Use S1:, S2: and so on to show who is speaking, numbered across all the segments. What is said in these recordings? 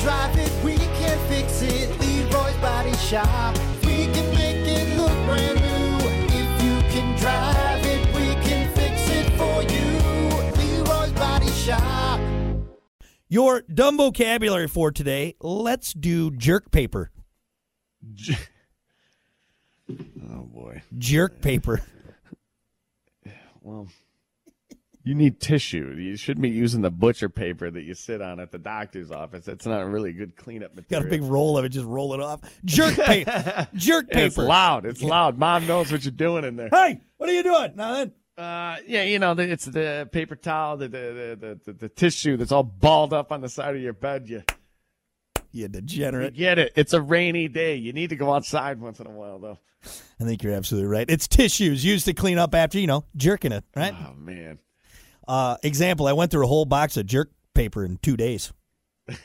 S1: drive it, we can fix it. Leroy's Body Shop. We can make it look brand new. If you can drive it, we can fix it for you. Leroy's Body Shop.
S2: Your dumb vocabulary for today. Let's do jerk paper.
S3: Oh boy.
S2: Jerk paper.
S3: Well, you need tissue. You shouldn't be using the butcher paper that you sit on at the doctor's office. That's not really good cleanup material.
S2: Got a big roll of it. Just roll it off. Jerk paper. jerk
S3: And It's
S2: paper.
S3: loud. It's loud. Mom knows what you're doing in there.
S2: Hey, what are you doing? Now then.
S3: Uh, yeah, you know, it's the paper towel, the the, the the the tissue that's all balled up on the side of your bed. You,
S2: You
S3: you
S2: degenerate.
S3: get it. It's a rainy day. You need to go outside once in a while, though.
S2: I think you're absolutely right. It's tissues used to clean up after, you know, jerking it, right?
S3: Oh man.
S2: Uh, example, I went through a whole box of jerk paper in two days.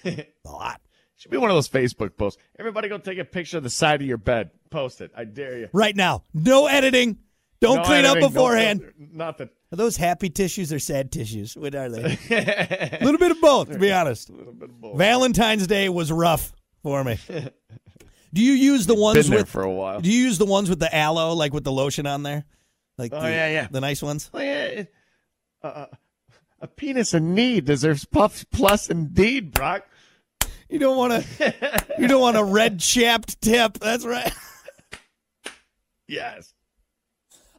S2: a lot.
S3: Should be one of those Facebook posts. Everybody go take a picture of the side of your bed. Post it. I dare you.
S2: Right now. No editing. Don't
S3: No
S2: clean
S3: editing,
S2: up
S3: no
S2: beforehand.
S3: filter, Nothing.
S2: Are those happy tissues or sad tissues? What are they? A little bit of both, to be honest.
S3: A little bit of both.
S2: Valentine's Day was rough for me. Do you use the ones
S3: Been there
S2: with
S3: for a while.
S2: Do you use the ones with the aloe, like with the lotion on there? Like
S3: Oh,
S2: the,
S3: yeah, yeah.
S2: the nice ones?
S3: Well, yeah, it- uh, uh, a penis in need deserves puffs plus indeed, Brock.
S2: You don't wanna you don't want a red chapped tip. That's right.
S3: Yes.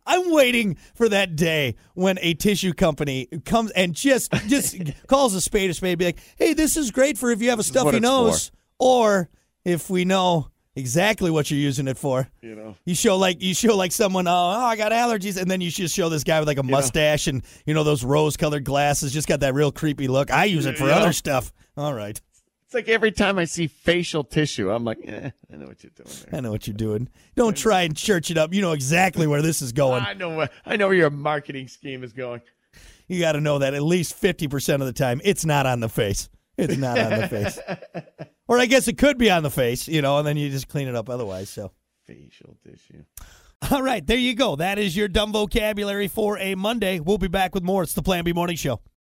S2: I'm waiting for that day when a tissue company comes and just just calls a spade a spade, be like, "Hey, this is great for if you have a
S3: is what
S2: stuffy
S3: it's
S2: nose, or if we know exactly what you're using it for."
S3: You know.
S2: You show like you show like someone, oh, oh, I got allergies, and then you just show this guy with like a mustache and you know those rose-colored glasses, just got that real creepy look. I use it for
S3: Yeah.
S2: other stuff. All right,
S3: It's like every time I see facial tissue, I'm like, eh, I know what you're doing there.
S2: I know what you're doing. Don't try and church it up. You know exactly where this is going.
S3: I know where I know where your marketing scheme is going.
S2: you got to know that at least 50% of the time it's not on the face. It's not on the face. Or I guess it could be on the face, you know, and then you just clean it up otherwise. So,
S3: Facial tissue.
S2: all right, there you go. That is your dumb vocabulary for a Monday. We'll be back with more. It's the Plan B Morning Show.